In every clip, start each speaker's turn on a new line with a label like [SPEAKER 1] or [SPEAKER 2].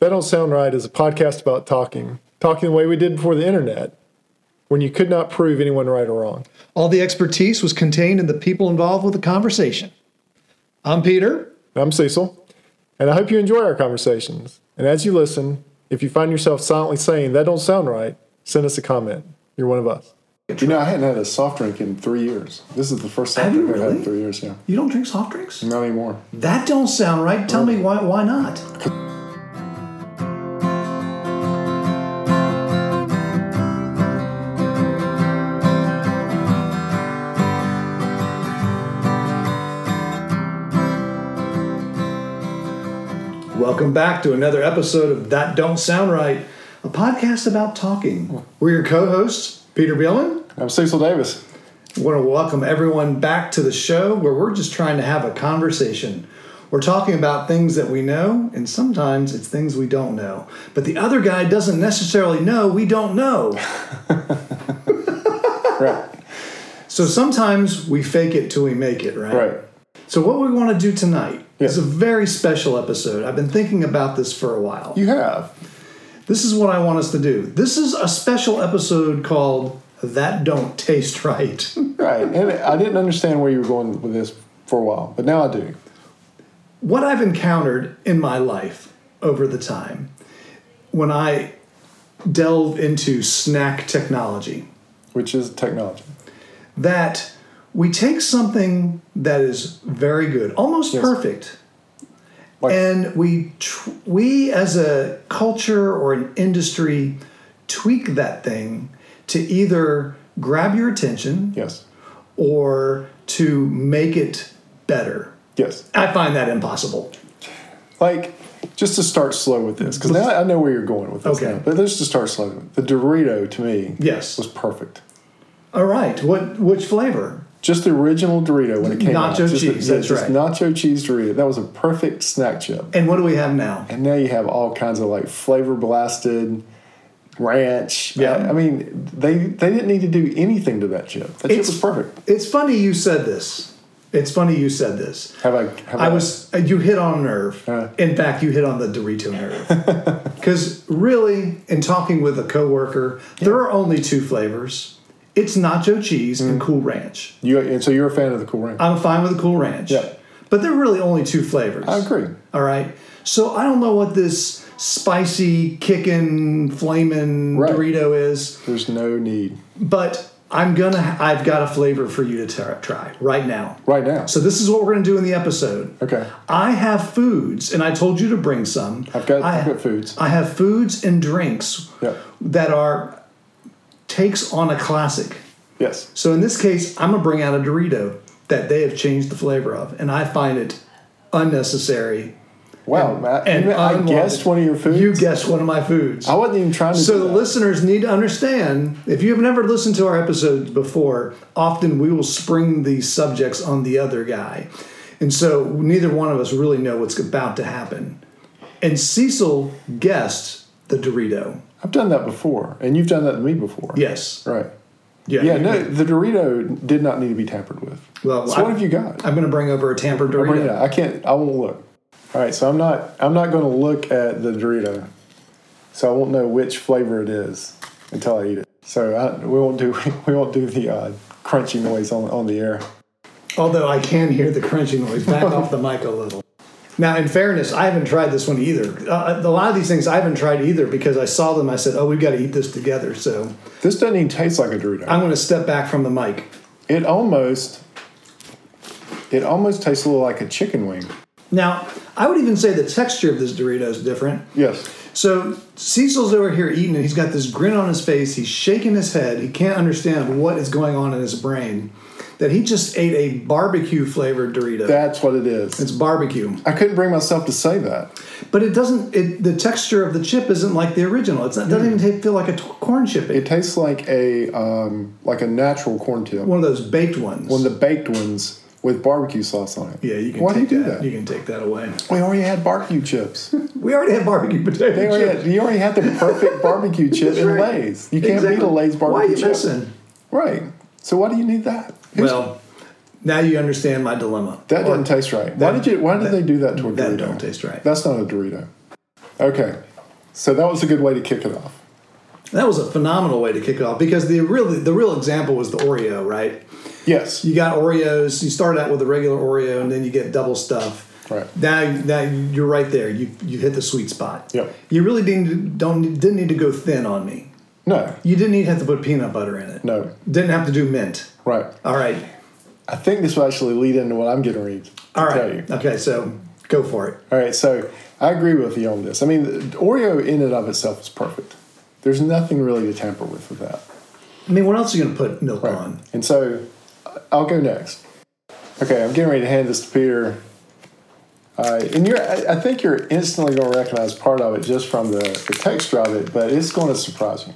[SPEAKER 1] That Don't Sound Right is a podcast about talking, talking the way we did before the internet, when you could not prove anyone right or wrong.
[SPEAKER 2] All the expertise was contained in the people involved with the conversation. I'm Peter.
[SPEAKER 1] And I'm Cecil, and I hope you enjoy our conversations. And as you listen, if you find yourself silently saying, That Don't Sound Right, send us a comment. You're one of us. You know, I hadn't had a soft drink in three years. This is the first soft
[SPEAKER 2] Have you
[SPEAKER 1] drink I've had in
[SPEAKER 2] really?
[SPEAKER 1] three years, yeah.
[SPEAKER 2] You don't drink soft drinks?
[SPEAKER 1] Not anymore.
[SPEAKER 2] That don't sound right. Tell me why why not? Welcome back to another episode of That Don't Sound Right, a podcast about talking. We're your co-hosts, Peter Bielan.
[SPEAKER 1] I'm Cecil Davis.
[SPEAKER 2] I want to welcome everyone back to the show where we're just trying to have a conversation. We're talking about things that we know, and sometimes it's things we don't know. But the other guy doesn't necessarily know we don't know.
[SPEAKER 1] Right,
[SPEAKER 2] So sometimes we fake it till we make it, right?
[SPEAKER 1] right.
[SPEAKER 2] So, what we want to do tonight is
[SPEAKER 1] Yeah.
[SPEAKER 2] a very special episode. I've been thinking about this for a while.
[SPEAKER 1] You have.
[SPEAKER 2] This is what I want us to do. This is a special episode called That Don't Taste Right.
[SPEAKER 1] Right. And I didn't understand where you were going with this for a while, but now I do.
[SPEAKER 2] what I've encountered in my life over the time when I delve into snack technology
[SPEAKER 1] which is technology.
[SPEAKER 2] that we take something that is very good, almost perfect,
[SPEAKER 1] Like-
[SPEAKER 2] and we tr- we as a culture or an industry tweak that thing to either grab your attention
[SPEAKER 1] Yes.
[SPEAKER 2] or to make it better.
[SPEAKER 1] Yes.
[SPEAKER 2] I find that impossible.
[SPEAKER 1] Like, just to start slow with this, because now I know where you're going with this.
[SPEAKER 2] Okay.
[SPEAKER 1] now, but let's just start slow. The Dorito to me
[SPEAKER 2] Yes.
[SPEAKER 1] was perfect.
[SPEAKER 2] All right. What which flavor?
[SPEAKER 1] Just the original Dorito when it came out.
[SPEAKER 2] Nacho
[SPEAKER 1] Just the-
[SPEAKER 2] cheese,
[SPEAKER 1] yeah,
[SPEAKER 2] that's
[SPEAKER 1] just
[SPEAKER 2] right.
[SPEAKER 1] Nacho cheese Dorito. That was a perfect snack chip.
[SPEAKER 2] And what do we have now?
[SPEAKER 1] And now you have all kinds of like flavor blasted ranch.
[SPEAKER 2] Yeah.
[SPEAKER 1] I, I mean, they they didn't need to do anything to that chip. That chip
[SPEAKER 2] It's-
[SPEAKER 1] was perfect.
[SPEAKER 2] It's funny you said this. It's funny you said this.
[SPEAKER 1] Have I? Have
[SPEAKER 2] I was you hit on a nerve.
[SPEAKER 1] Uh.
[SPEAKER 2] In fact, you hit on the Dorito nerve. Cuz really in talking with a coworker, there are only two flavors. It's nacho cheese
[SPEAKER 1] Mm.
[SPEAKER 2] and cool ranch.
[SPEAKER 1] You and so you're a fan of the Cool Ranch.
[SPEAKER 2] I'm fine with the cool ranch.
[SPEAKER 1] Yeah.
[SPEAKER 2] But there are really only two flavors.
[SPEAKER 1] I agree.
[SPEAKER 2] All right. So I don't know what this spicy kickin' flamin'
[SPEAKER 1] Right.
[SPEAKER 2] Dorito is.
[SPEAKER 1] There's no need
[SPEAKER 2] but I'm gonna. I've got a flavor for you to t- try right now.
[SPEAKER 1] right now.
[SPEAKER 2] So this is what we're gonna do in the episode.
[SPEAKER 1] okay.
[SPEAKER 2] I have foods, and I told you to bring some.
[SPEAKER 1] I've got,
[SPEAKER 2] I,
[SPEAKER 1] I've got foods.
[SPEAKER 2] I have foods and drinks
[SPEAKER 1] Yeah.
[SPEAKER 2] that are takes on a classic.
[SPEAKER 1] Yes.
[SPEAKER 2] So in this case, I'm gonna bring out a Dorito that they have changed the flavor of, and I find it unnecessary.
[SPEAKER 1] Wow, Matt.
[SPEAKER 2] and
[SPEAKER 1] you- I
[SPEAKER 2] unwanted.
[SPEAKER 1] guessed one of your foods.
[SPEAKER 2] You guessed one of my foods.
[SPEAKER 1] I wasn't even trying to.
[SPEAKER 2] So
[SPEAKER 1] do
[SPEAKER 2] the
[SPEAKER 1] that.
[SPEAKER 2] listeners need to understand if you have never listened to our episodes before, often we will spring these subjects on the other guy. And so neither one of us really know what's about to happen. And Cecil guessed the Dorito.
[SPEAKER 1] I've done that before, and you've done that to me before.
[SPEAKER 2] Yes.
[SPEAKER 1] Right.
[SPEAKER 2] Yeah.
[SPEAKER 1] Yeah. No, the Dorito did not need to be tampered with.
[SPEAKER 2] Well,
[SPEAKER 1] so
[SPEAKER 2] I-
[SPEAKER 1] what have you got?
[SPEAKER 2] I'm going to bring over a tampered Dorito.
[SPEAKER 1] Bring it out. I can't. I won't look. All right. So I'm not. I'm not going to look at the Dorito. So I won't know which flavor it is until I eat it. So I, we won't do. We won't do the uh, crunchy noise on on the air.
[SPEAKER 2] Although I can hear the crunching noise. Back off the mic a little. Now, in fairness, I haven't tried this one either. Uh, a lot of these things I haven't tried either because I saw them. I said, "Oh, we've got to eat this together." So
[SPEAKER 1] This doesn't even taste like a Dorito.
[SPEAKER 2] I'm going to step back from the mic.
[SPEAKER 1] it almost. It almost tastes a little like a chicken wing.
[SPEAKER 2] Now, I would even say the texture of this Dorito is different.
[SPEAKER 1] Yes.
[SPEAKER 2] So Cecil's over here eating, and he's got this grin on his face. He's shaking his head. He can't understand what is going on in his brain. That he just ate a barbecue flavored Dorito.
[SPEAKER 1] That's what it is.
[SPEAKER 2] it's barbecue,
[SPEAKER 1] I couldn't bring myself to say that.
[SPEAKER 2] but it doesn't. It, the texture of the chip isn't like the original. It's not, it
[SPEAKER 1] Hmm.
[SPEAKER 2] doesn't even ta- feel like a t- corn chip.
[SPEAKER 1] It tastes like a um, like a natural corn tip, one
[SPEAKER 2] one of those baked ones.
[SPEAKER 1] of the baked ones with barbecue sauce on it.
[SPEAKER 2] yeah, you can.
[SPEAKER 1] Why
[SPEAKER 2] take
[SPEAKER 1] do you do
[SPEAKER 2] that.
[SPEAKER 1] that?
[SPEAKER 2] You can take that away.
[SPEAKER 1] we already had barbecue chips.
[SPEAKER 2] We already have barbecue potato
[SPEAKER 1] They already
[SPEAKER 2] chips.
[SPEAKER 1] had, you already had the perfect barbecue chip
[SPEAKER 2] That's
[SPEAKER 1] in
[SPEAKER 2] right.
[SPEAKER 1] Lay's. You can't beat a
[SPEAKER 2] Exactly.
[SPEAKER 1] Lay's barbecue
[SPEAKER 2] Why are you
[SPEAKER 1] chip.
[SPEAKER 2] missing?
[SPEAKER 1] Right. So why do you need that? Who's-
[SPEAKER 2] Well, now you understand my dilemma.
[SPEAKER 1] that
[SPEAKER 2] Or-
[SPEAKER 1] doesn't taste right. why did you? Why did they do that to a
[SPEAKER 2] that
[SPEAKER 1] Dorito?
[SPEAKER 2] don't taste right.
[SPEAKER 1] That's not a Dorito. Okay. So that was a good way to kick it off.
[SPEAKER 2] That was a phenomenal way to kick it off because the really the real example was the Oreo, right?
[SPEAKER 1] Yes.
[SPEAKER 2] You got Oreos. You start out with a regular Oreo, and then you get double stuff.
[SPEAKER 1] Right.
[SPEAKER 2] Now, now you're right there. You you hit the sweet spot.
[SPEAKER 1] Yep.
[SPEAKER 2] You really didn't don't didn't need to go thin on me.
[SPEAKER 1] No.
[SPEAKER 2] You didn't even have to put peanut butter in it.
[SPEAKER 1] No.
[SPEAKER 2] Didn't have to do mint.
[SPEAKER 1] Right.
[SPEAKER 2] All right.
[SPEAKER 1] I think this will actually lead into what I'm getting ready to
[SPEAKER 2] All
[SPEAKER 1] tell
[SPEAKER 2] right.
[SPEAKER 1] you.
[SPEAKER 2] Okay. So go for it.
[SPEAKER 1] All right, so I agree with you on this. I mean, the- Oreo in and of itself is perfect. There's nothing really to tamper with with that.
[SPEAKER 2] I mean, what else are you gonna put milk on?
[SPEAKER 1] And so I'll go next. Okay, I'm getting ready to hand this to Peter. Uh, and you're, I, I think you're instantly going to recognize part of it just from the, the texture of it, but it's going to surprise you.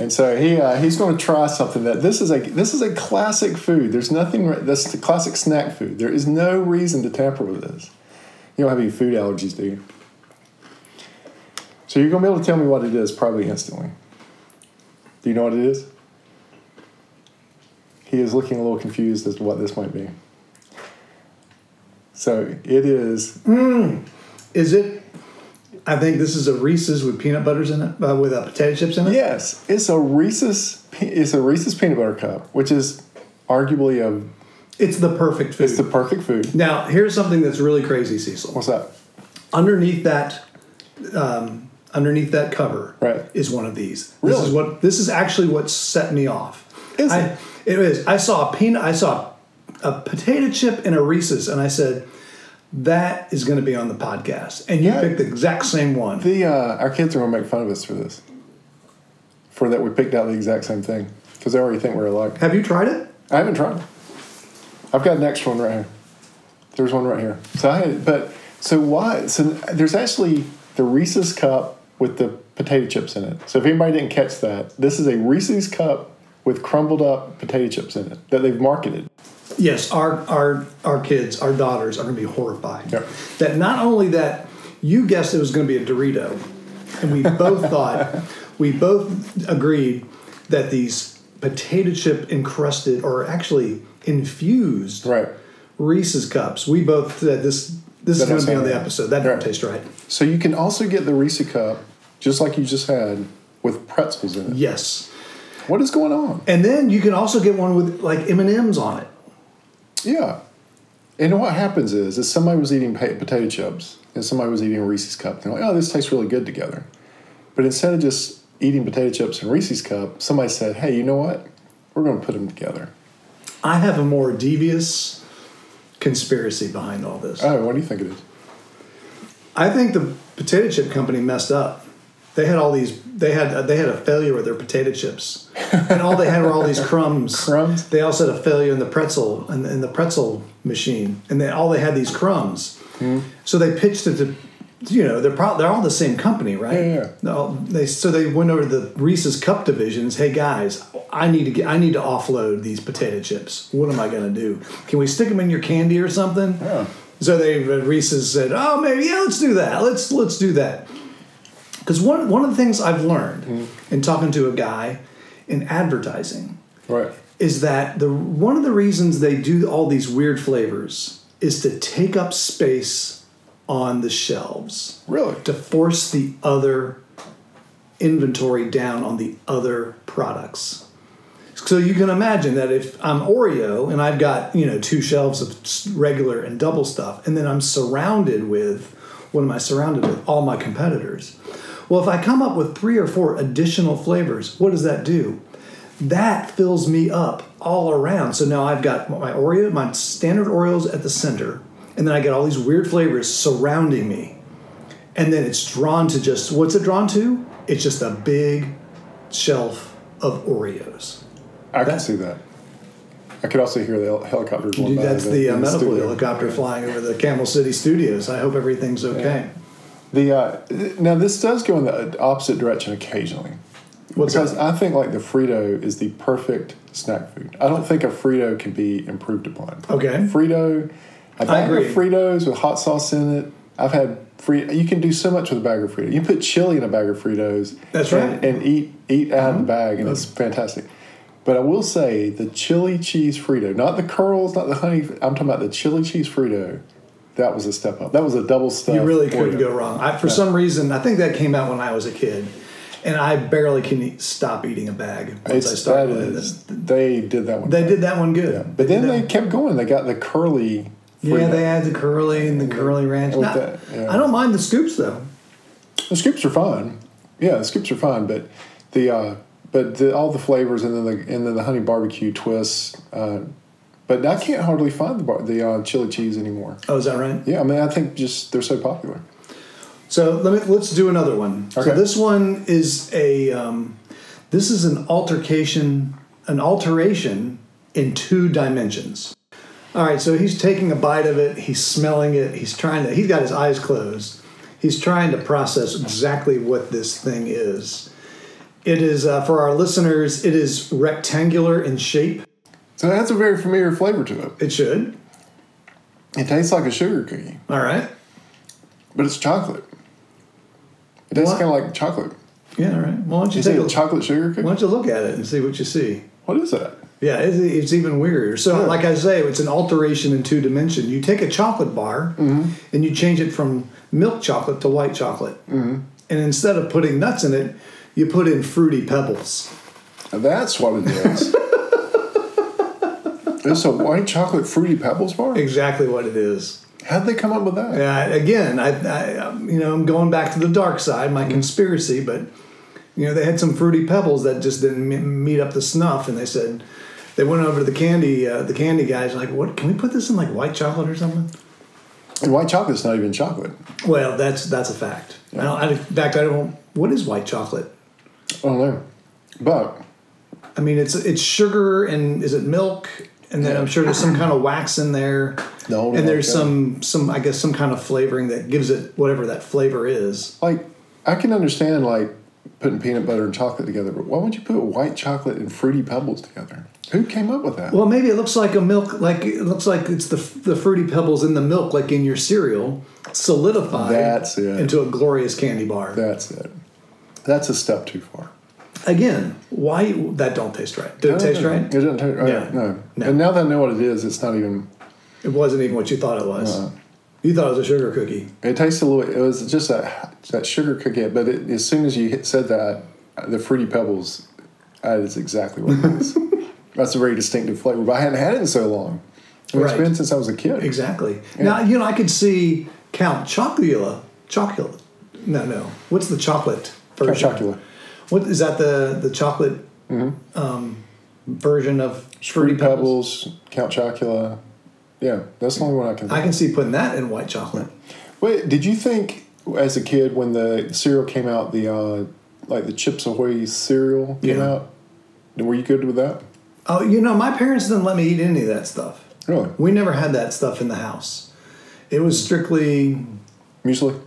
[SPEAKER 1] And so he uh, he's going to try something that this is a this is a classic food. There's nothing re- that's the classic snack food. There is no reason to tamper with this. You don't have any food allergies, do you? So you're going to be able to tell me what it is probably instantly. Do you know what it is? He is looking a little confused as to what this might be. So it is
[SPEAKER 2] Is it? I think this is a Reese's with peanut butters in it, uh, with uh, potato chips in it.
[SPEAKER 1] yes, it's a Reese's pe- it's a Reese's peanut butter cup, which is arguably a
[SPEAKER 2] It's the perfect food.
[SPEAKER 1] it's the perfect food.
[SPEAKER 2] now, here's something that's really crazy, Cecil.
[SPEAKER 1] What's that?
[SPEAKER 2] Underneath that, um, underneath that cover,
[SPEAKER 1] Right.
[SPEAKER 2] is one of these. This
[SPEAKER 1] Really?
[SPEAKER 2] is what. This is actually what set me off.
[SPEAKER 1] Is
[SPEAKER 2] I,
[SPEAKER 1] it?
[SPEAKER 2] it is. I saw a peanut. I saw a potato chip and a Reese's, and I said. That is going to be on the podcast, and you
[SPEAKER 1] Yeah.
[SPEAKER 2] picked the exact same one.
[SPEAKER 1] The uh, our kids are gonna make fun of us for this. For that we picked out the exact same thing because they already think we're alike.
[SPEAKER 2] Have you tried it?
[SPEAKER 1] I haven't tried. I've got an extra one right here. There's one right here. So I had, but so why? So there's actually the Reese's cup with the potato chips in it. So if anybody didn't catch that, this is a Reese's cup with crumbled up potato chips in it that they've marketed.
[SPEAKER 2] Yes, our our our kids, our daughters are going to be horrified.
[SPEAKER 1] Yep.
[SPEAKER 2] That not only that you guessed it was going to be a Dorito, and we both thought we both agreed that these potato chip encrusted or actually infused
[SPEAKER 1] Right.
[SPEAKER 2] Reese's cups. We both said this this is
[SPEAKER 1] That
[SPEAKER 2] going to
[SPEAKER 1] don't
[SPEAKER 2] be on
[SPEAKER 1] sound
[SPEAKER 2] the
[SPEAKER 1] right.
[SPEAKER 2] episode. That doesn't
[SPEAKER 1] Right.
[SPEAKER 2] taste right.
[SPEAKER 1] So you can also get the Reese's cup just like you just had with pretzels in it.
[SPEAKER 2] Yes.
[SPEAKER 1] What is going on?
[SPEAKER 2] And then you can also get one with like M&Ms on it.
[SPEAKER 1] Yeah. And what happens is, is somebody was eating pa- potato chips and somebody was eating a Reese's cup. They're like, oh, this tastes really good together. But instead of just eating potato chips and Reese's cup, somebody said, hey, you know what? We're going to put them together.
[SPEAKER 2] I have a more devious conspiracy behind all this.
[SPEAKER 1] Oh, what do you think it is?
[SPEAKER 2] I think the potato chip company messed up. They had all these. They had they had a failure with their potato chips, and all they had were all these crumbs.
[SPEAKER 1] Crumbs?
[SPEAKER 2] They also had a failure in the pretzel in, in the pretzel machine, and they all they had these crumbs.
[SPEAKER 1] Hmm.
[SPEAKER 2] So they pitched it to, you know, they're probably they're all the same company, right?
[SPEAKER 1] Yeah, yeah.
[SPEAKER 2] They're all- they so they went over to the Reese's Cup divisions. Hey guys, I need to get I need to offload these potato chips. What am I gonna do? Can we stick them in your candy or something?
[SPEAKER 1] Yeah.
[SPEAKER 2] So they Reese's said, "Oh, maybe yeah, let's do that. Let's let's do that." Because one one of the things I've learned in talking to a guy in advertising
[SPEAKER 1] Right.
[SPEAKER 2] is that the one of the reasons they do all these weird flavors is to take up space on the shelves
[SPEAKER 1] Really?
[SPEAKER 2] to force the other inventory down on the other products. So you can imagine that if I'm Oreo and I've got, you know, two shelves of s- regular and double stuff and then I'm surrounded with what am I surrounded with? All my competitors. Well, if I come up with three or four additional flavors, what does that do? That fills me up all around. So now I've got my Oreo, my standard Oreos at the center, and then I get all these weird flavors surrounding me and then it's drawn to just what's it drawn to? It's just a big shelf of Oreos.
[SPEAKER 1] I can
[SPEAKER 2] That-
[SPEAKER 1] see that. I could also hear the hel- helicopter going
[SPEAKER 2] Dude,
[SPEAKER 1] by.
[SPEAKER 2] that's
[SPEAKER 1] in
[SPEAKER 2] the uh,
[SPEAKER 1] in
[SPEAKER 2] medical
[SPEAKER 1] studio.
[SPEAKER 2] helicopter flying over the Camel City Studios. I hope everything's okay.
[SPEAKER 1] The uh, th- now this does go in the uh, opposite direction occasionally.
[SPEAKER 2] What's
[SPEAKER 1] because
[SPEAKER 2] that?
[SPEAKER 1] I think like the Frito is the perfect snack food. I don't think a Frito can be improved upon.
[SPEAKER 2] Okay.
[SPEAKER 1] Frito, a bag
[SPEAKER 2] agree.
[SPEAKER 1] of Fritos with hot sauce in it. I've had free. You can do so much with a bag of Fritos. You can put chili in a bag of Fritos.
[SPEAKER 2] That's
[SPEAKER 1] and-
[SPEAKER 2] right. Mm-hmm.
[SPEAKER 1] And eat eat out of the bag, and it's fantastic. But I will say the chili cheese Frito, not the curls, not the honey. I'm talking about the chili cheese Frito. that was a step up. That was a double step.
[SPEAKER 2] You really
[SPEAKER 1] for
[SPEAKER 2] couldn't
[SPEAKER 1] you.
[SPEAKER 2] go wrong. I, for some reason, I think that came out when I was a kid, and I barely can eat, stop eating a bag once I
[SPEAKER 1] It's, that
[SPEAKER 2] started with it.
[SPEAKER 1] is, they did that one.
[SPEAKER 2] They did that one good.
[SPEAKER 1] but then they kept going. They got the curly.
[SPEAKER 2] yeah,
[SPEAKER 1] Frito.
[SPEAKER 2] they had the curly and the curly ranch.
[SPEAKER 1] With
[SPEAKER 2] Not-
[SPEAKER 1] that, yeah.
[SPEAKER 2] I don't mind the scoops though.
[SPEAKER 1] The scoops are fine. Yeah, the scoops are fine, but the uh, but the, all the flavors and then the and then the honey barbecue twists. Uh, but I can't hardly find the bar, the uh, chili cheese anymore.
[SPEAKER 2] Oh, is that right?
[SPEAKER 1] Yeah, I mean, I think just they're so popular.
[SPEAKER 2] So let me let's do another one. So
[SPEAKER 1] Okay.
[SPEAKER 2] this one is a um, this is an altercation, an alteration in two dimensions. All right, so he's taking a bite of it, he's smelling it, he's trying to he's got his eyes closed. He's trying to process exactly what this thing is. It is uh, for our listeners, it is rectangular in shape.
[SPEAKER 1] So that's a very familiar flavor to it.
[SPEAKER 2] It should.
[SPEAKER 1] It tastes like a sugar cookie,
[SPEAKER 2] All right.
[SPEAKER 1] but it's chocolate. It tastes
[SPEAKER 2] What?
[SPEAKER 1] kind of like chocolate.
[SPEAKER 2] Yeah, all right. Well, why don't you
[SPEAKER 1] Is
[SPEAKER 2] take
[SPEAKER 1] it
[SPEAKER 2] a,
[SPEAKER 1] a chocolate sugar cookie?
[SPEAKER 2] why don't you look at it and see what you see?
[SPEAKER 1] What is that?
[SPEAKER 2] Yeah, it's, it's even weirder. So, like I say, it's an alteration in two dimension. You take a chocolate bar and you change it from milk chocolate to white chocolate, mm-hmm. and instead of putting nuts in it, you put in fruity pebbles.
[SPEAKER 1] That's what it is. it's a white chocolate fruity pebbles bar.
[SPEAKER 2] Exactly what it is.
[SPEAKER 1] How'd they come up with that?
[SPEAKER 2] Uh, again, I, I, um, you know, I'm going back to the dark side, my conspiracy, but you know, they had some fruity pebbles that just didn't me- meet up the snuff, and they said they went over to the candy, uh, the candy guys, like, what? Can we put this in like white chocolate or something?
[SPEAKER 1] And white chocolate's not even chocolate.
[SPEAKER 2] Well, that's that's a fact. I don't, I, in fact, I don't. What is white chocolate?
[SPEAKER 1] I don't know. But
[SPEAKER 2] I mean, it's it's sugar and is it milk? And then I'm sure there's some kind of wax in there.
[SPEAKER 1] The whole
[SPEAKER 2] and there's
[SPEAKER 1] milk, yeah.
[SPEAKER 2] some some I guess some kind of flavoring that gives it whatever that flavor is.
[SPEAKER 1] like, I can understand like putting peanut butter and chocolate together, but why would you put white chocolate and fruity pebbles together? Who came up with that?
[SPEAKER 2] Well, maybe it looks like a milk, like it looks like it's the the fruity pebbles in the milk, like in your cereal, solidified
[SPEAKER 1] That's it.
[SPEAKER 2] into a glorious candy bar.
[SPEAKER 1] That's it. That's a step too far.
[SPEAKER 2] Again, why that don't taste right? Did it taste right?
[SPEAKER 1] It doesn't taste right.
[SPEAKER 2] Yeah.
[SPEAKER 1] No.
[SPEAKER 2] No.
[SPEAKER 1] And now that I know what it is, it's not even.
[SPEAKER 2] It wasn't even what you thought it was.
[SPEAKER 1] Uh-huh.
[SPEAKER 2] You thought it was a sugar cookie.
[SPEAKER 1] It tastes a little. It was just that that sugar cookie. But it, as soon as you hit, said that, the fruity pebbles, that is exactly what it is. That's a very distinctive flavor. But I hadn't had it in so long. I mean, It's
[SPEAKER 2] Right.
[SPEAKER 1] been since I was a kid.
[SPEAKER 2] Exactly. Now you know I could see Count Chocula. Chocula. No, no. What's the chocolate
[SPEAKER 1] Count
[SPEAKER 2] version?
[SPEAKER 1] Chocula. Mm-hmm.
[SPEAKER 2] What is that? The the chocolate um, version of
[SPEAKER 1] Fruity Pebbles, Count Chocula. Yeah, that's the only one I can
[SPEAKER 2] I
[SPEAKER 1] think.
[SPEAKER 2] can see putting that in white chocolate.
[SPEAKER 1] Wait, did you think as a kid when the cereal came out, the uh, like the Chips Ahoy cereal came
[SPEAKER 2] Yeah.
[SPEAKER 1] out? Were you good with that?
[SPEAKER 2] Oh, you know my parents didn't let me eat any of that stuff.
[SPEAKER 1] Really?
[SPEAKER 2] We never had that stuff in the house. It was strictly.
[SPEAKER 1] Muesli?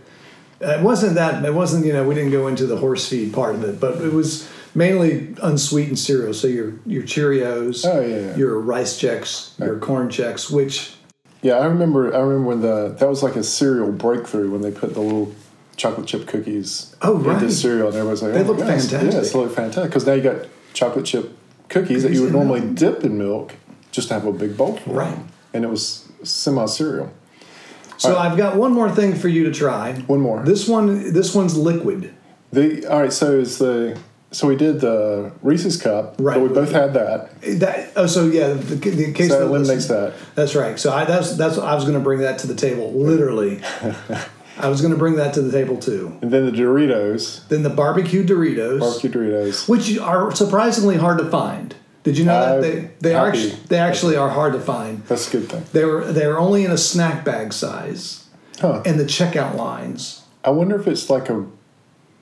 [SPEAKER 2] It wasn't that. It wasn't. You know, we didn't go into the horse feed part of it, but it was mainly unsweetened cereal. So your your Cheerios.
[SPEAKER 1] Oh, yeah, yeah.
[SPEAKER 2] Your rice checks, your corn checks, which
[SPEAKER 1] Yeah, I remember. I remember when the that was like a cereal breakthrough when they put the little chocolate chip cookies
[SPEAKER 2] Oh,
[SPEAKER 1] into
[SPEAKER 2] right.
[SPEAKER 1] cereal, and everybody's like, "Oh "They
[SPEAKER 2] look fantastic.
[SPEAKER 1] Yes, they look fantastic because now you got chocolate chip cookies that
[SPEAKER 2] Cookies
[SPEAKER 1] you would
[SPEAKER 2] in
[SPEAKER 1] normally dip in milk just to have a big bowl, for it.
[SPEAKER 2] Right.
[SPEAKER 1] And it was semi cereal.
[SPEAKER 2] So I've got one more thing for you to try.
[SPEAKER 1] One more.
[SPEAKER 2] This one, this one's liquid.
[SPEAKER 1] The all right, so is the so we did the Reese's cup,
[SPEAKER 2] Right.
[SPEAKER 1] But we both had that.
[SPEAKER 2] That oh, so yeah, the, the case
[SPEAKER 1] So that
[SPEAKER 2] of the
[SPEAKER 1] eliminates
[SPEAKER 2] listen-
[SPEAKER 1] that.
[SPEAKER 2] That's right. So I, that's that's I was going to bring that to the table. Literally, I was going to bring that to the table too.
[SPEAKER 1] And then the Doritos,
[SPEAKER 2] Then the barbecue Doritos,
[SPEAKER 1] barbecue Doritos.
[SPEAKER 2] which are surprisingly hard to find. Did you know
[SPEAKER 1] I'm
[SPEAKER 2] that they they
[SPEAKER 1] Uh,
[SPEAKER 2] are
[SPEAKER 1] happy.
[SPEAKER 2] actually, they actually are hard to find.
[SPEAKER 1] That's a good thing.
[SPEAKER 2] They were they were only in a snack bag size,
[SPEAKER 1] Huh.
[SPEAKER 2] and the checkout lines.
[SPEAKER 1] I wonder if it's like a,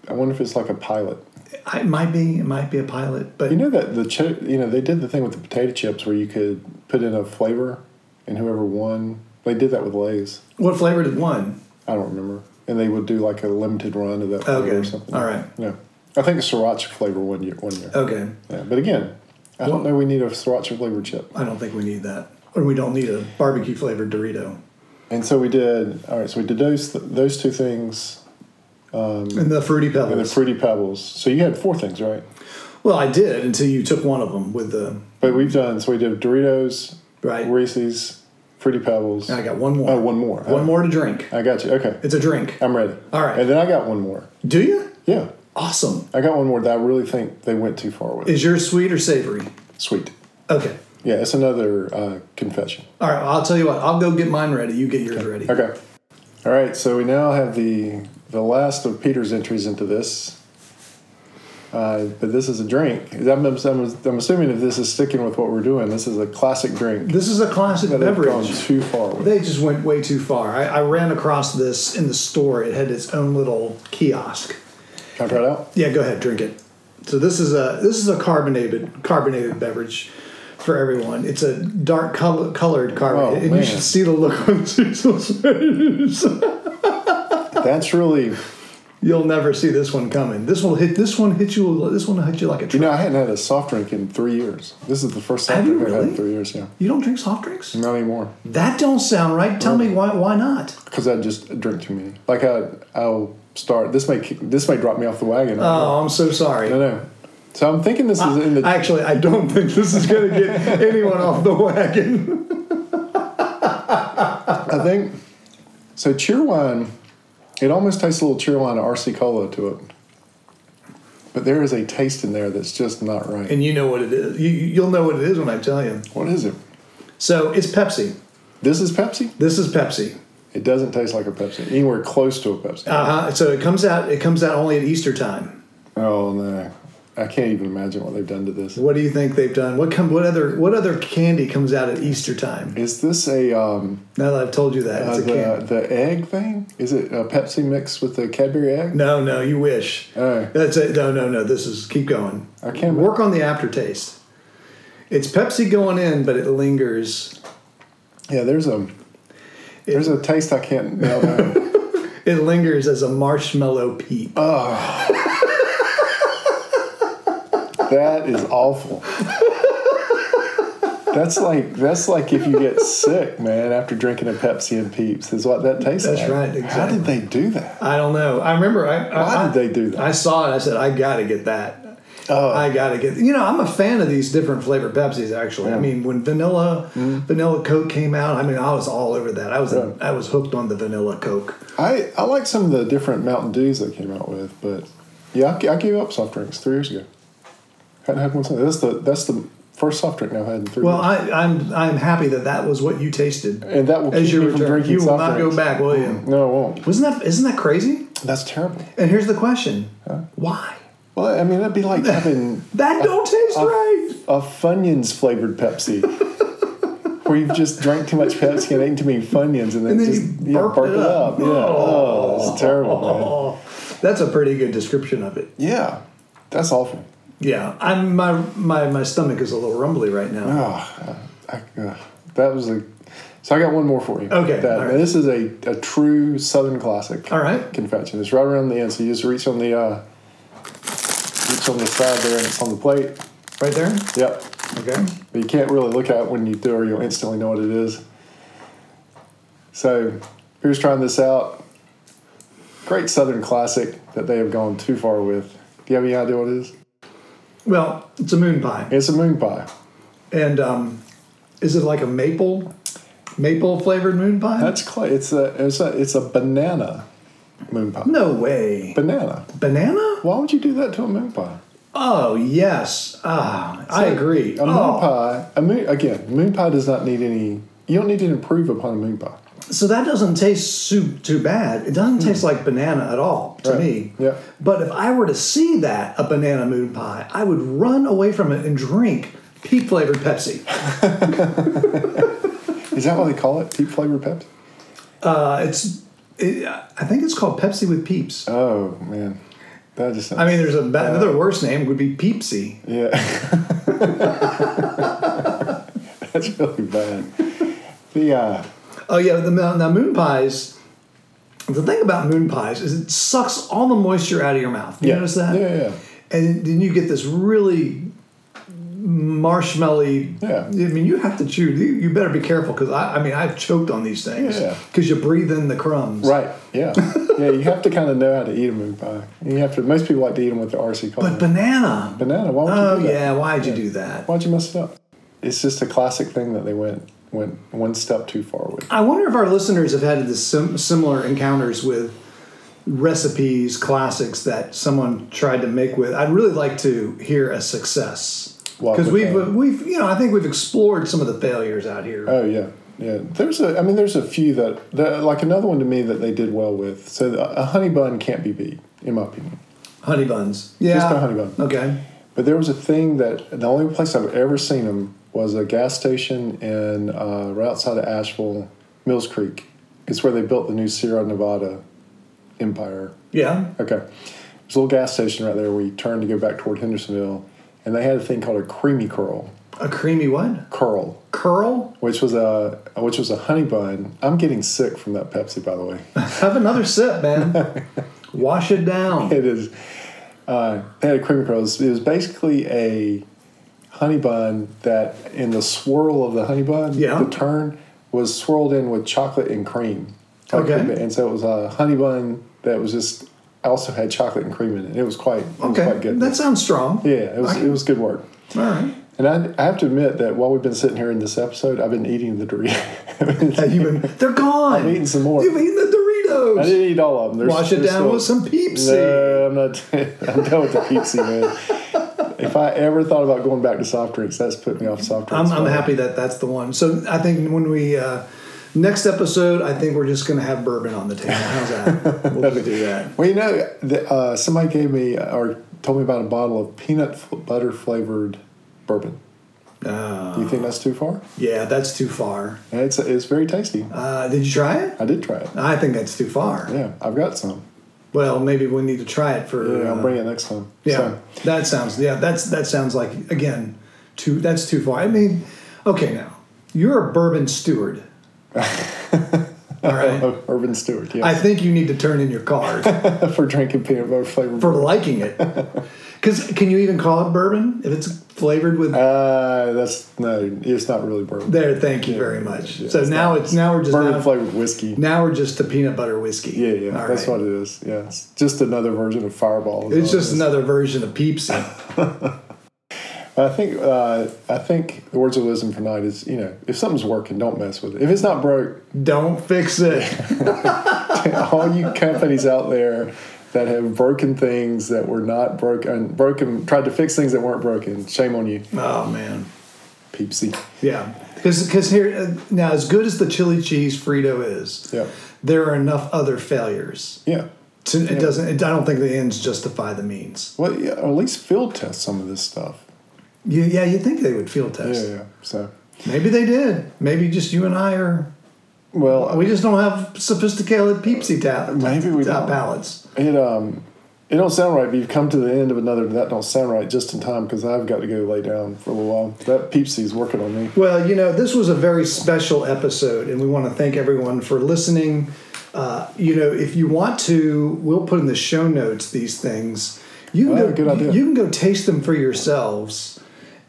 [SPEAKER 1] I wonder if it's like a pilot.
[SPEAKER 2] I, it might be it might be a pilot, but
[SPEAKER 1] You know that the chi- you know they did the thing with the potato chips where you could put in a flavor, and whoever won, they did that with Lay's.
[SPEAKER 2] what flavor did one?
[SPEAKER 1] I don't remember, and they would do like a limited run of that flavor or
[SPEAKER 2] Okay,
[SPEAKER 1] something.
[SPEAKER 2] all right,
[SPEAKER 1] Yeah, I think a sriracha flavor one year. One year.
[SPEAKER 2] okay.
[SPEAKER 1] Yeah, but again, I don't know. We need a sriracha flavored chip,
[SPEAKER 2] I don't think we need that, or we don't need a barbecue flavored Dorito.
[SPEAKER 1] and so we did. All right, so we did those those two things
[SPEAKER 2] And the fruity
[SPEAKER 1] Hmm. and the
[SPEAKER 2] pebbles.
[SPEAKER 1] fruity pebbles. So you had four things, right?
[SPEAKER 2] well, I did until you took one of them with the
[SPEAKER 1] But we've done so we did Doritos,
[SPEAKER 2] right.
[SPEAKER 1] Reese's, Fruity Pebbles.
[SPEAKER 2] I got one more.
[SPEAKER 1] Oh, one more. Uh,
[SPEAKER 2] One more to drink.
[SPEAKER 1] I got you. Okay.
[SPEAKER 2] It's a drink.
[SPEAKER 1] I'm ready.
[SPEAKER 2] All right.
[SPEAKER 1] And then I got one more.
[SPEAKER 2] Do you?
[SPEAKER 1] Yeah.
[SPEAKER 2] Awesome.
[SPEAKER 1] I got one more that I really think they went too far with.
[SPEAKER 2] Is yours sweet or savory?
[SPEAKER 1] Sweet.
[SPEAKER 2] Okay.
[SPEAKER 1] Yeah, it's another uh, confession.
[SPEAKER 2] All right. I'll tell you what. I'll go get mine ready. You get yours ready.
[SPEAKER 1] Okay. All right. So we now have the the last of Peter's entries into this. Uh, but this is a drink. I'm, I'm, I'm assuming if this is sticking with what we're doing, this is a classic drink.
[SPEAKER 2] This is a classic
[SPEAKER 1] They've gone
[SPEAKER 2] beverage.
[SPEAKER 1] too far with.
[SPEAKER 2] They just went way too far. I, I ran across this in the store. It had its own little kiosk.
[SPEAKER 1] Can I try it out?
[SPEAKER 2] Yeah, go ahead, drink it. So this is a this is a carbonated carbonated beverage for everyone. It's a dark color, colored
[SPEAKER 1] Oh,
[SPEAKER 2] carbonated, and
[SPEAKER 1] man.
[SPEAKER 2] you should see the look on Cecil's face. Oh.
[SPEAKER 1] That's really.
[SPEAKER 2] You'll never see this one coming. This one hit. This one hit you. This one will hit you like a
[SPEAKER 1] You
[SPEAKER 2] truck.
[SPEAKER 1] know, I hadn't had a soft drink in three years. This is the first soft
[SPEAKER 2] Have you
[SPEAKER 1] drink I've had in
[SPEAKER 2] really?
[SPEAKER 1] three years. Yeah,
[SPEAKER 2] You don't drink soft drinks.
[SPEAKER 1] not anymore.
[SPEAKER 2] That don't sound right. Tell me why. Why not?
[SPEAKER 1] Because I just drink too many. Like I, I'll start. This may kick- this may drop me off the wagon.
[SPEAKER 2] Oh, I'm so sorry.
[SPEAKER 1] I know. So I'm thinking this is in the.
[SPEAKER 2] Actually, I don't think this is going to get anyone off the wagon.
[SPEAKER 1] I think so. Cheer wine, it almost tastes a little cheer wine or RC cola to it, but there is a taste in there that's just not right.
[SPEAKER 2] And you know what it is. You, you'll know what it is when I tell you.
[SPEAKER 1] What is it?
[SPEAKER 2] So it's Pepsi.
[SPEAKER 1] This is Pepsi.
[SPEAKER 2] This is Pepsi.
[SPEAKER 1] It doesn't taste like a Pepsi anywhere close to a Pepsi.
[SPEAKER 2] Uh huh. So it comes out. It comes out only at Easter time.
[SPEAKER 1] Oh no, I can't even imagine what they've done to this.
[SPEAKER 2] What do you think they've done? What come? What other? What other candy comes out at Easter time?
[SPEAKER 1] Is this a um,
[SPEAKER 2] Now that I've told you that,
[SPEAKER 1] uh,
[SPEAKER 2] it's a
[SPEAKER 1] the
[SPEAKER 2] candy.
[SPEAKER 1] the egg thing? Is it a Pepsi mix with the Cadbury egg?
[SPEAKER 2] No, no, you wish.
[SPEAKER 1] Oh.
[SPEAKER 2] That's it. No, no, no. This is keep going.
[SPEAKER 1] I can't-
[SPEAKER 2] work on the aftertaste. It's Pepsi going in, but it lingers.
[SPEAKER 1] Yeah, there's a there's a taste I can't. nail down.
[SPEAKER 2] It lingers as a marshmallow peep.
[SPEAKER 1] that is awful. That's like that's like if you get sick, man, after drinking a Pepsi and Peeps is what that tastes
[SPEAKER 2] That's
[SPEAKER 1] like.
[SPEAKER 2] right,
[SPEAKER 1] How did they do that?
[SPEAKER 2] I don't know. I remember. I, I-
[SPEAKER 1] Why did
[SPEAKER 2] I-
[SPEAKER 1] they do that? Oh.
[SPEAKER 2] I saw it. I said, I got to get that. I got to get. You know, I'm a fan of these different flavored Pepsis. Actually, I mean, when vanilla
[SPEAKER 1] Mm-hmm.
[SPEAKER 2] vanilla Coke came out, I mean, I was all over that. I was I was hooked on the vanilla Coke.
[SPEAKER 1] I I like some of the different Mountain Dews they came out with, but yeah, I, g- I gave up soft drinks three years ago. Hadn't had one since. That's the that's the first soft drink I've had in three.
[SPEAKER 2] Well,
[SPEAKER 1] years.
[SPEAKER 2] I, I'm I'm happy that that was what you tasted
[SPEAKER 1] and that will
[SPEAKER 2] as
[SPEAKER 1] keep
[SPEAKER 2] your
[SPEAKER 1] me from
[SPEAKER 2] return.
[SPEAKER 1] drinking Mm-hmm.
[SPEAKER 2] You will
[SPEAKER 1] soft
[SPEAKER 2] not
[SPEAKER 1] drinks.
[SPEAKER 2] go back, will you?
[SPEAKER 1] No, it won't.
[SPEAKER 2] Wasn't that isn't that crazy?
[SPEAKER 1] That's terrible.
[SPEAKER 2] And here's the question: Why?
[SPEAKER 1] Well, I mean, that'd be like having
[SPEAKER 2] That don't taste right.
[SPEAKER 1] a Funyuns flavored Pepsi, where you've just drank too much Pepsi and eaten too many Funyuns, and then,
[SPEAKER 2] And then
[SPEAKER 1] just
[SPEAKER 2] you
[SPEAKER 1] yeah,
[SPEAKER 2] burped
[SPEAKER 1] burp
[SPEAKER 2] it
[SPEAKER 1] it up.
[SPEAKER 2] up.
[SPEAKER 1] Yeah, oh, it's terrible, man.
[SPEAKER 2] Oh, that's a pretty good description of it.
[SPEAKER 1] Yeah, that's awful.
[SPEAKER 2] Yeah, I'm my my my stomach is a little rumbly right now.
[SPEAKER 1] Oh, I, uh, that was a. So I got one more for you.
[SPEAKER 2] Okay,
[SPEAKER 1] That-
[SPEAKER 2] all right.
[SPEAKER 1] this is a, a true Southern classic.
[SPEAKER 2] All right.
[SPEAKER 1] Confection. It's right around the end, so you just reach on the uh, reach on the side there, and it's on the plate.
[SPEAKER 2] Right there?
[SPEAKER 1] Yep.
[SPEAKER 2] Okay.
[SPEAKER 1] But you can't really look at it when you do, or you'll instantly know what it is. So, here's trying this out. Great Southern classic that they have gone too far with. Do you have any idea what it is?
[SPEAKER 2] Well, it's a moon pie.
[SPEAKER 1] It's a moon pie.
[SPEAKER 2] And um, is it like a maple maple flavored moon pie?
[SPEAKER 1] That's clay. It's a it's a it's a banana moon pie.
[SPEAKER 2] no way.
[SPEAKER 1] Banana.
[SPEAKER 2] Banana?
[SPEAKER 1] Why would you do that to a moon pie?
[SPEAKER 2] Oh yes. Ah, I
[SPEAKER 1] So,
[SPEAKER 2] agree.
[SPEAKER 1] A moon
[SPEAKER 2] oh.
[SPEAKER 1] pie. A moon again. Moon pie does not need any. You don't need to improve upon a moon pie.
[SPEAKER 2] So that doesn't taste soup too bad. It doesn't taste like banana at all to
[SPEAKER 1] Hmm. Right.
[SPEAKER 2] me.
[SPEAKER 1] Yeah.
[SPEAKER 2] But if I were to see that a banana moon pie, I would run away from it and drink pea flavored Pepsi.
[SPEAKER 1] Is that why they call it deep flavored Pepsi?
[SPEAKER 2] Uh, it's it, I think it's called Pepsi with Peeps.
[SPEAKER 1] Oh man, that just.
[SPEAKER 2] I mean, there's a ba- another worse name would be Peepsy.
[SPEAKER 1] Yeah. That's really bad. The uh,
[SPEAKER 2] Oh yeah, the now now moon pies. The thing about moon pies is it sucks all the moisture out of your mouth. You
[SPEAKER 1] yeah.
[SPEAKER 2] notice that?
[SPEAKER 1] Yeah, yeah.
[SPEAKER 2] And then you get this really marshmallowy.
[SPEAKER 1] Yeah.
[SPEAKER 2] I mean, you have to chew. You, you better be careful because I, I mean, I've choked on these things.
[SPEAKER 1] Yeah.
[SPEAKER 2] Because you breathe in the crumbs.
[SPEAKER 1] Right. Yeah. yeah. You have to kind of know how to eat a moon pie. You have to. Most people like to eat them with the RC color.
[SPEAKER 2] But banana.
[SPEAKER 1] banana. Why would
[SPEAKER 2] oh
[SPEAKER 1] you do that?
[SPEAKER 2] yeah, why'd you do that?
[SPEAKER 1] Why'd you mess it up? It's just a classic thing that they went went one step too far with.
[SPEAKER 2] I wonder if our listeners have had this sim- similar encounters with recipes, classics that someone tried to make with. I'd really like to hear a success
[SPEAKER 1] What
[SPEAKER 2] because
[SPEAKER 1] would
[SPEAKER 2] we've
[SPEAKER 1] that-
[SPEAKER 2] we've you know I think we've explored some of the failures out here.
[SPEAKER 1] Oh yeah, yeah. There's a, I mean, there's a few that, that like another one to me that they did well with. So the, a honey bun can't be beat, in my opinion.
[SPEAKER 2] honey buns, yeah,
[SPEAKER 1] Just a honey bun.
[SPEAKER 2] Okay,
[SPEAKER 1] But there was a thing that the only place I've ever seen them was a gas station in uh, right outside of Asheville, Mills Creek. It's where they built the new Sierra Nevada empire.
[SPEAKER 2] yeah,
[SPEAKER 1] Okay, there's a little gas station right there where you turn to go back toward Hendersonville, and they had a thing called a creamy curl,
[SPEAKER 2] a creamy what
[SPEAKER 1] curl,
[SPEAKER 2] curl.
[SPEAKER 1] which was a which was a honey bun. I'm getting sick from that Pepsi, by the way.
[SPEAKER 2] Have another sip, man. Wash it down.
[SPEAKER 1] it is. Uh, they had a creamy curl. It was, it was basically a honey bun that, in the swirl of the honey bun,
[SPEAKER 2] Yeah.
[SPEAKER 1] the turn was swirled in with chocolate and cream.
[SPEAKER 2] Okay.
[SPEAKER 1] And so it was a honey bun that was just also had chocolate and cream in it. It was quite it was
[SPEAKER 2] Okay,
[SPEAKER 1] quite good.
[SPEAKER 2] that sounds strong.
[SPEAKER 1] yeah, it was it was good work.
[SPEAKER 2] All right.
[SPEAKER 1] And I, I have to admit that while we've been sitting here in this episode, I've been eating the Doritos.
[SPEAKER 2] Have you been? They're gone.
[SPEAKER 1] I've eaten some more.
[SPEAKER 2] You've eaten the Doritos.
[SPEAKER 1] I didn't eat all of them. There's,
[SPEAKER 2] Wash it
[SPEAKER 1] there's
[SPEAKER 2] down
[SPEAKER 1] still-
[SPEAKER 2] with some Peepsi.
[SPEAKER 1] No, I'm not. I'm done with the Pepsi, man. If I ever thought about going back to soft drinks, that's put me off soft drinks.
[SPEAKER 2] I'm, I'm happy that that's the one. So I think when we uh, next episode, I think we're just going to have bourbon on the table. How's that? We'll just do that.
[SPEAKER 1] Well, you know, the, uh, somebody gave me or told me about a bottle of peanut f- butter flavored bourbon.
[SPEAKER 2] Uh,
[SPEAKER 1] Do you think that's too far?
[SPEAKER 2] yeah, that's too far.
[SPEAKER 1] Yeah, It's it's very tasty.
[SPEAKER 2] Uh, did you try it?
[SPEAKER 1] I did try it.
[SPEAKER 2] I think that's too far.
[SPEAKER 1] Yeah, I've got some.
[SPEAKER 2] Well, maybe we need to try it for.
[SPEAKER 1] Yeah, I'll
[SPEAKER 2] uh,
[SPEAKER 1] bring it next time.
[SPEAKER 2] yeah,
[SPEAKER 1] So,
[SPEAKER 2] that sounds. Yeah, that's that sounds like again, too. That's too far. I mean, okay, now you're a bourbon steward. All right.
[SPEAKER 1] oh, Urban Stewart,
[SPEAKER 2] I
[SPEAKER 1] yes,
[SPEAKER 2] think you need to turn in your card.
[SPEAKER 1] for drinking peanut butter flavored.
[SPEAKER 2] for liking it. Because can you even call it bourbon if it's flavored with?
[SPEAKER 1] uh, that's no, it's not really bourbon.
[SPEAKER 2] there, thank you very much. so now it's now we're just
[SPEAKER 1] Bourbon
[SPEAKER 2] now,
[SPEAKER 1] flavored whiskey.
[SPEAKER 2] now we're just the peanut butter whiskey.
[SPEAKER 1] Yeah, yeah, that's what it is. Yeah, it's just another version of Fireball.
[SPEAKER 2] It's just another version of Peepsy.
[SPEAKER 1] I think uh, I think the words of wisdom for night is you know if something's working, don't mess with it. If it's not broke,
[SPEAKER 2] Don't fix it.
[SPEAKER 1] all you companies out there that have broken things that were not broken, broken tried to fix things that weren't broken. Shame on you,
[SPEAKER 2] Oh man,
[SPEAKER 1] Peepsy.
[SPEAKER 2] yeah. Because here uh, now, as good as the chili cheese Frito is,
[SPEAKER 1] Yeah,
[SPEAKER 2] there are enough other failures.
[SPEAKER 1] yeah.
[SPEAKER 2] To, it doesn't. It, I don't think the ends justify the means.
[SPEAKER 1] Well, yeah, or at least field test some of this stuff.
[SPEAKER 2] You, yeah, you think they would field
[SPEAKER 1] Yeah,
[SPEAKER 2] test?
[SPEAKER 1] yeah. So,
[SPEAKER 2] Maybe they did. Maybe just you and I are
[SPEAKER 1] well,
[SPEAKER 2] We just don't have sophisticated peepsy ta-
[SPEAKER 1] Maybe we
[SPEAKER 2] ta-
[SPEAKER 1] don't.
[SPEAKER 2] pallets.
[SPEAKER 1] It um, it don't sound right. But you've come to the end of another that don't sound right just in time because I've got to go lay down for a little while. That Peepsy's working on me.
[SPEAKER 2] Well, you know, this was a very special episode, and we want to thank everyone for listening. Uh, you know, if you want to, we'll put in the show notes these things. You can
[SPEAKER 1] Oh,
[SPEAKER 2] go,
[SPEAKER 1] good idea.
[SPEAKER 2] You can go taste them for yourselves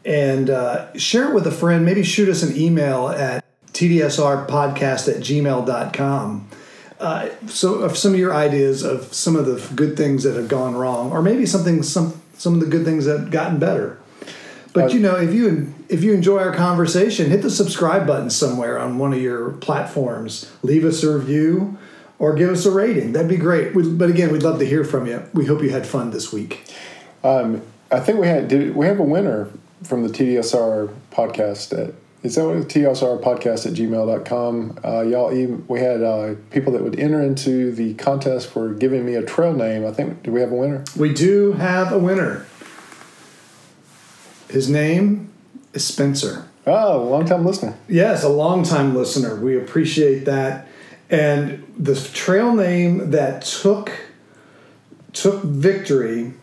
[SPEAKER 2] and uh, share it with a friend. Maybe shoot us an email at tdsrpodcast at gmail.com. Uh, so, of some of your ideas of some of the good things that have gone wrong, or maybe something, some some of the good things that have gotten better. But you know, if you if you enjoy our conversation, hit the subscribe button somewhere on one of your platforms. Leave us a review or give us a rating. That'd be great. We, but again, we'd love to hear from you. We hope you had fun this week.
[SPEAKER 1] I think we had did we have a winner from the TDSR podcast at is that what it- TDSR podcast at gmail.com. Uh, y'all, e- we had uh, people that would enter into the contest for giving me a trail name. I think do we have a winner?
[SPEAKER 2] We do have a winner. His name is Spencer.
[SPEAKER 1] Oh, long time listener.
[SPEAKER 2] Yes, a longtime listener. We appreciate that. And the trail name that took took victory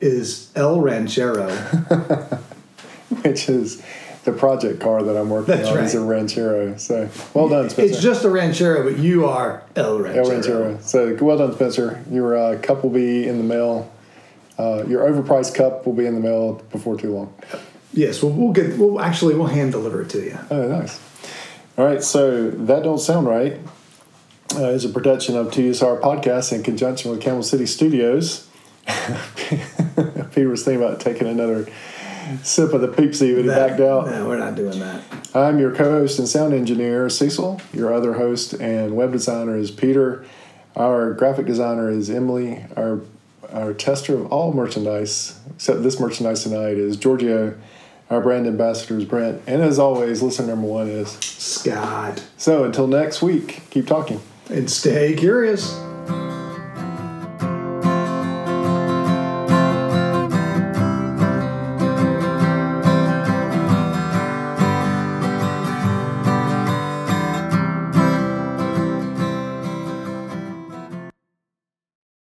[SPEAKER 2] is El Ranchero.
[SPEAKER 1] which is the project car that I'm working
[SPEAKER 2] That's
[SPEAKER 1] on. is a
[SPEAKER 2] right.
[SPEAKER 1] Ranchero. So well done, Spencer.
[SPEAKER 2] It's just a ranchero, but you are El Ranchero.
[SPEAKER 1] El Ranchero. So well done, Spencer. Your uh, cup will be in the mail. Uh, your overpriced cup will be in the mail before too long.
[SPEAKER 2] Yes, well, we'll get. Well, actually, we'll hand deliver it to you.
[SPEAKER 1] Oh, nice. All right, so that don't sound right. Uh, is a production of TSR Podcast in conjunction with Camel City Studios. Peter was thinking about taking another sip of the Peepsy when he
[SPEAKER 2] That-
[SPEAKER 1] backed out.
[SPEAKER 2] No, we're not doing that.
[SPEAKER 1] I'm your co-host and sound engineer Cecil. Your other host and web designer is Peter. Our graphic designer is Emily. Our our tester of all merchandise, except this merchandise tonight, is Giorgio. Our brand ambassador is Brent. And as always, listener number one is.
[SPEAKER 2] Scott.
[SPEAKER 1] So until next week, keep talking.
[SPEAKER 2] And stay curious.